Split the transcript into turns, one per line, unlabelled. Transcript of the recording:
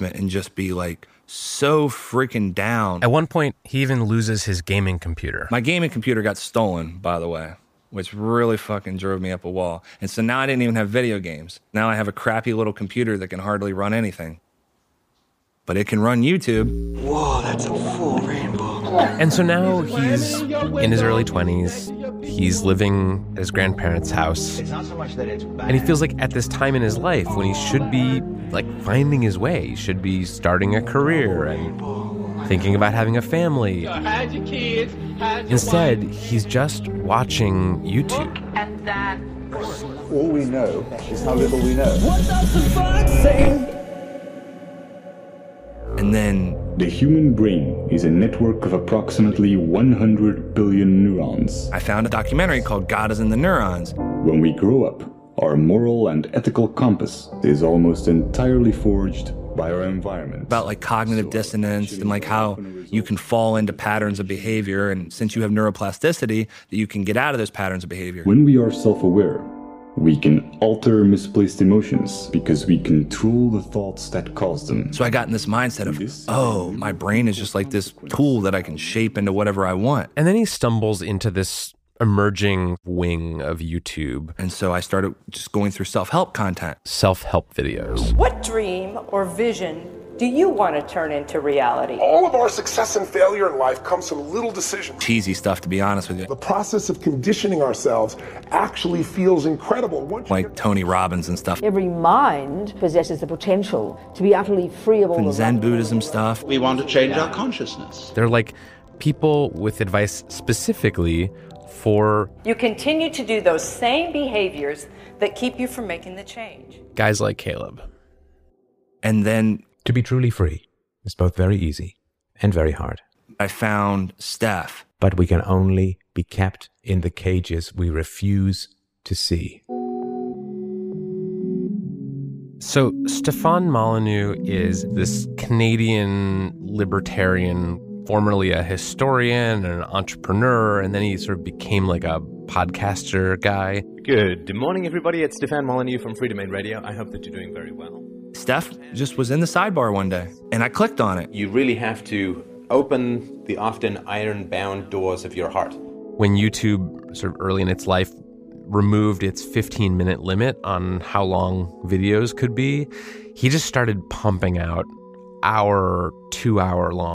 and just be like so freaking down.
At one point, he even loses his gaming computer.
My gaming computer got stolen, by the way, which really fucking drove me up a wall. And so now I didn't even have video games. Now I have a crappy little computer that can hardly run anything. But it can run YouTube.
Whoa, that's a full rainbow.
And so now he's in his early 20s. He's living at his grandparents' house.
Not so much that it's bad.
And he feels like at this time in his life when he should be like finding his way, he should be starting a career and thinking about having a family.
Hide your kids. Hide your
Instead, he's just watching YouTube.
And that
All we know is how little we know.
And then
The human brain is a network of approximately 100 billion neurons.
I found a documentary called God is in the Neurons.
When we grow up, our moral and ethical compass is almost entirely forged by our environment.
about like cognitive dissonance and like how you can fall into patterns of behavior and since you have neuroplasticity that you can get out of those patterns of behavior
When we are self aware, we can alter misplaced emotions because we control the thoughts that cause them.
so i got in this mindset of oh my brain is just like this tool that i can shape into whatever i want
And then he stumbles into this emerging wing of YouTube
and so i started just going through self-help content
self help videos.
What dream or vision do you want to turn into reality?
All of our success and failure in life comes from little decisions.
cheesy stuff to be honest with you
The process of conditioning ourselves actually feels incredible. Once you
like tony robbins and stuff
Every mind possesses the potential to be utterly free of all
and zen buddhism stuff
We want to change our consciousness.
They're like people with advice specifically for
You continue to do those same behaviors that keep you from making the change.
guys like Caleb.
and then
To be truly free is both very easy and very hard,
i found steph
but we can only be kept in the cages we refuse to see.
So, Stefan Molyneux is this Canadian libertarian, formerly a historian and an entrepreneur, and then he sort of became like a podcaster guy.
Good morning, everybody. It's Stefan Molyneux from Free Domain Radio. I hope that you're doing very well.
steph just was in the sidebar one day and i clicked on it
You really have to open the often iron bound doors of your heart.
When YouTube, sort of early in its life, removed its 15 minute limit on how long videos could be, he just started pumping out hour, two hour long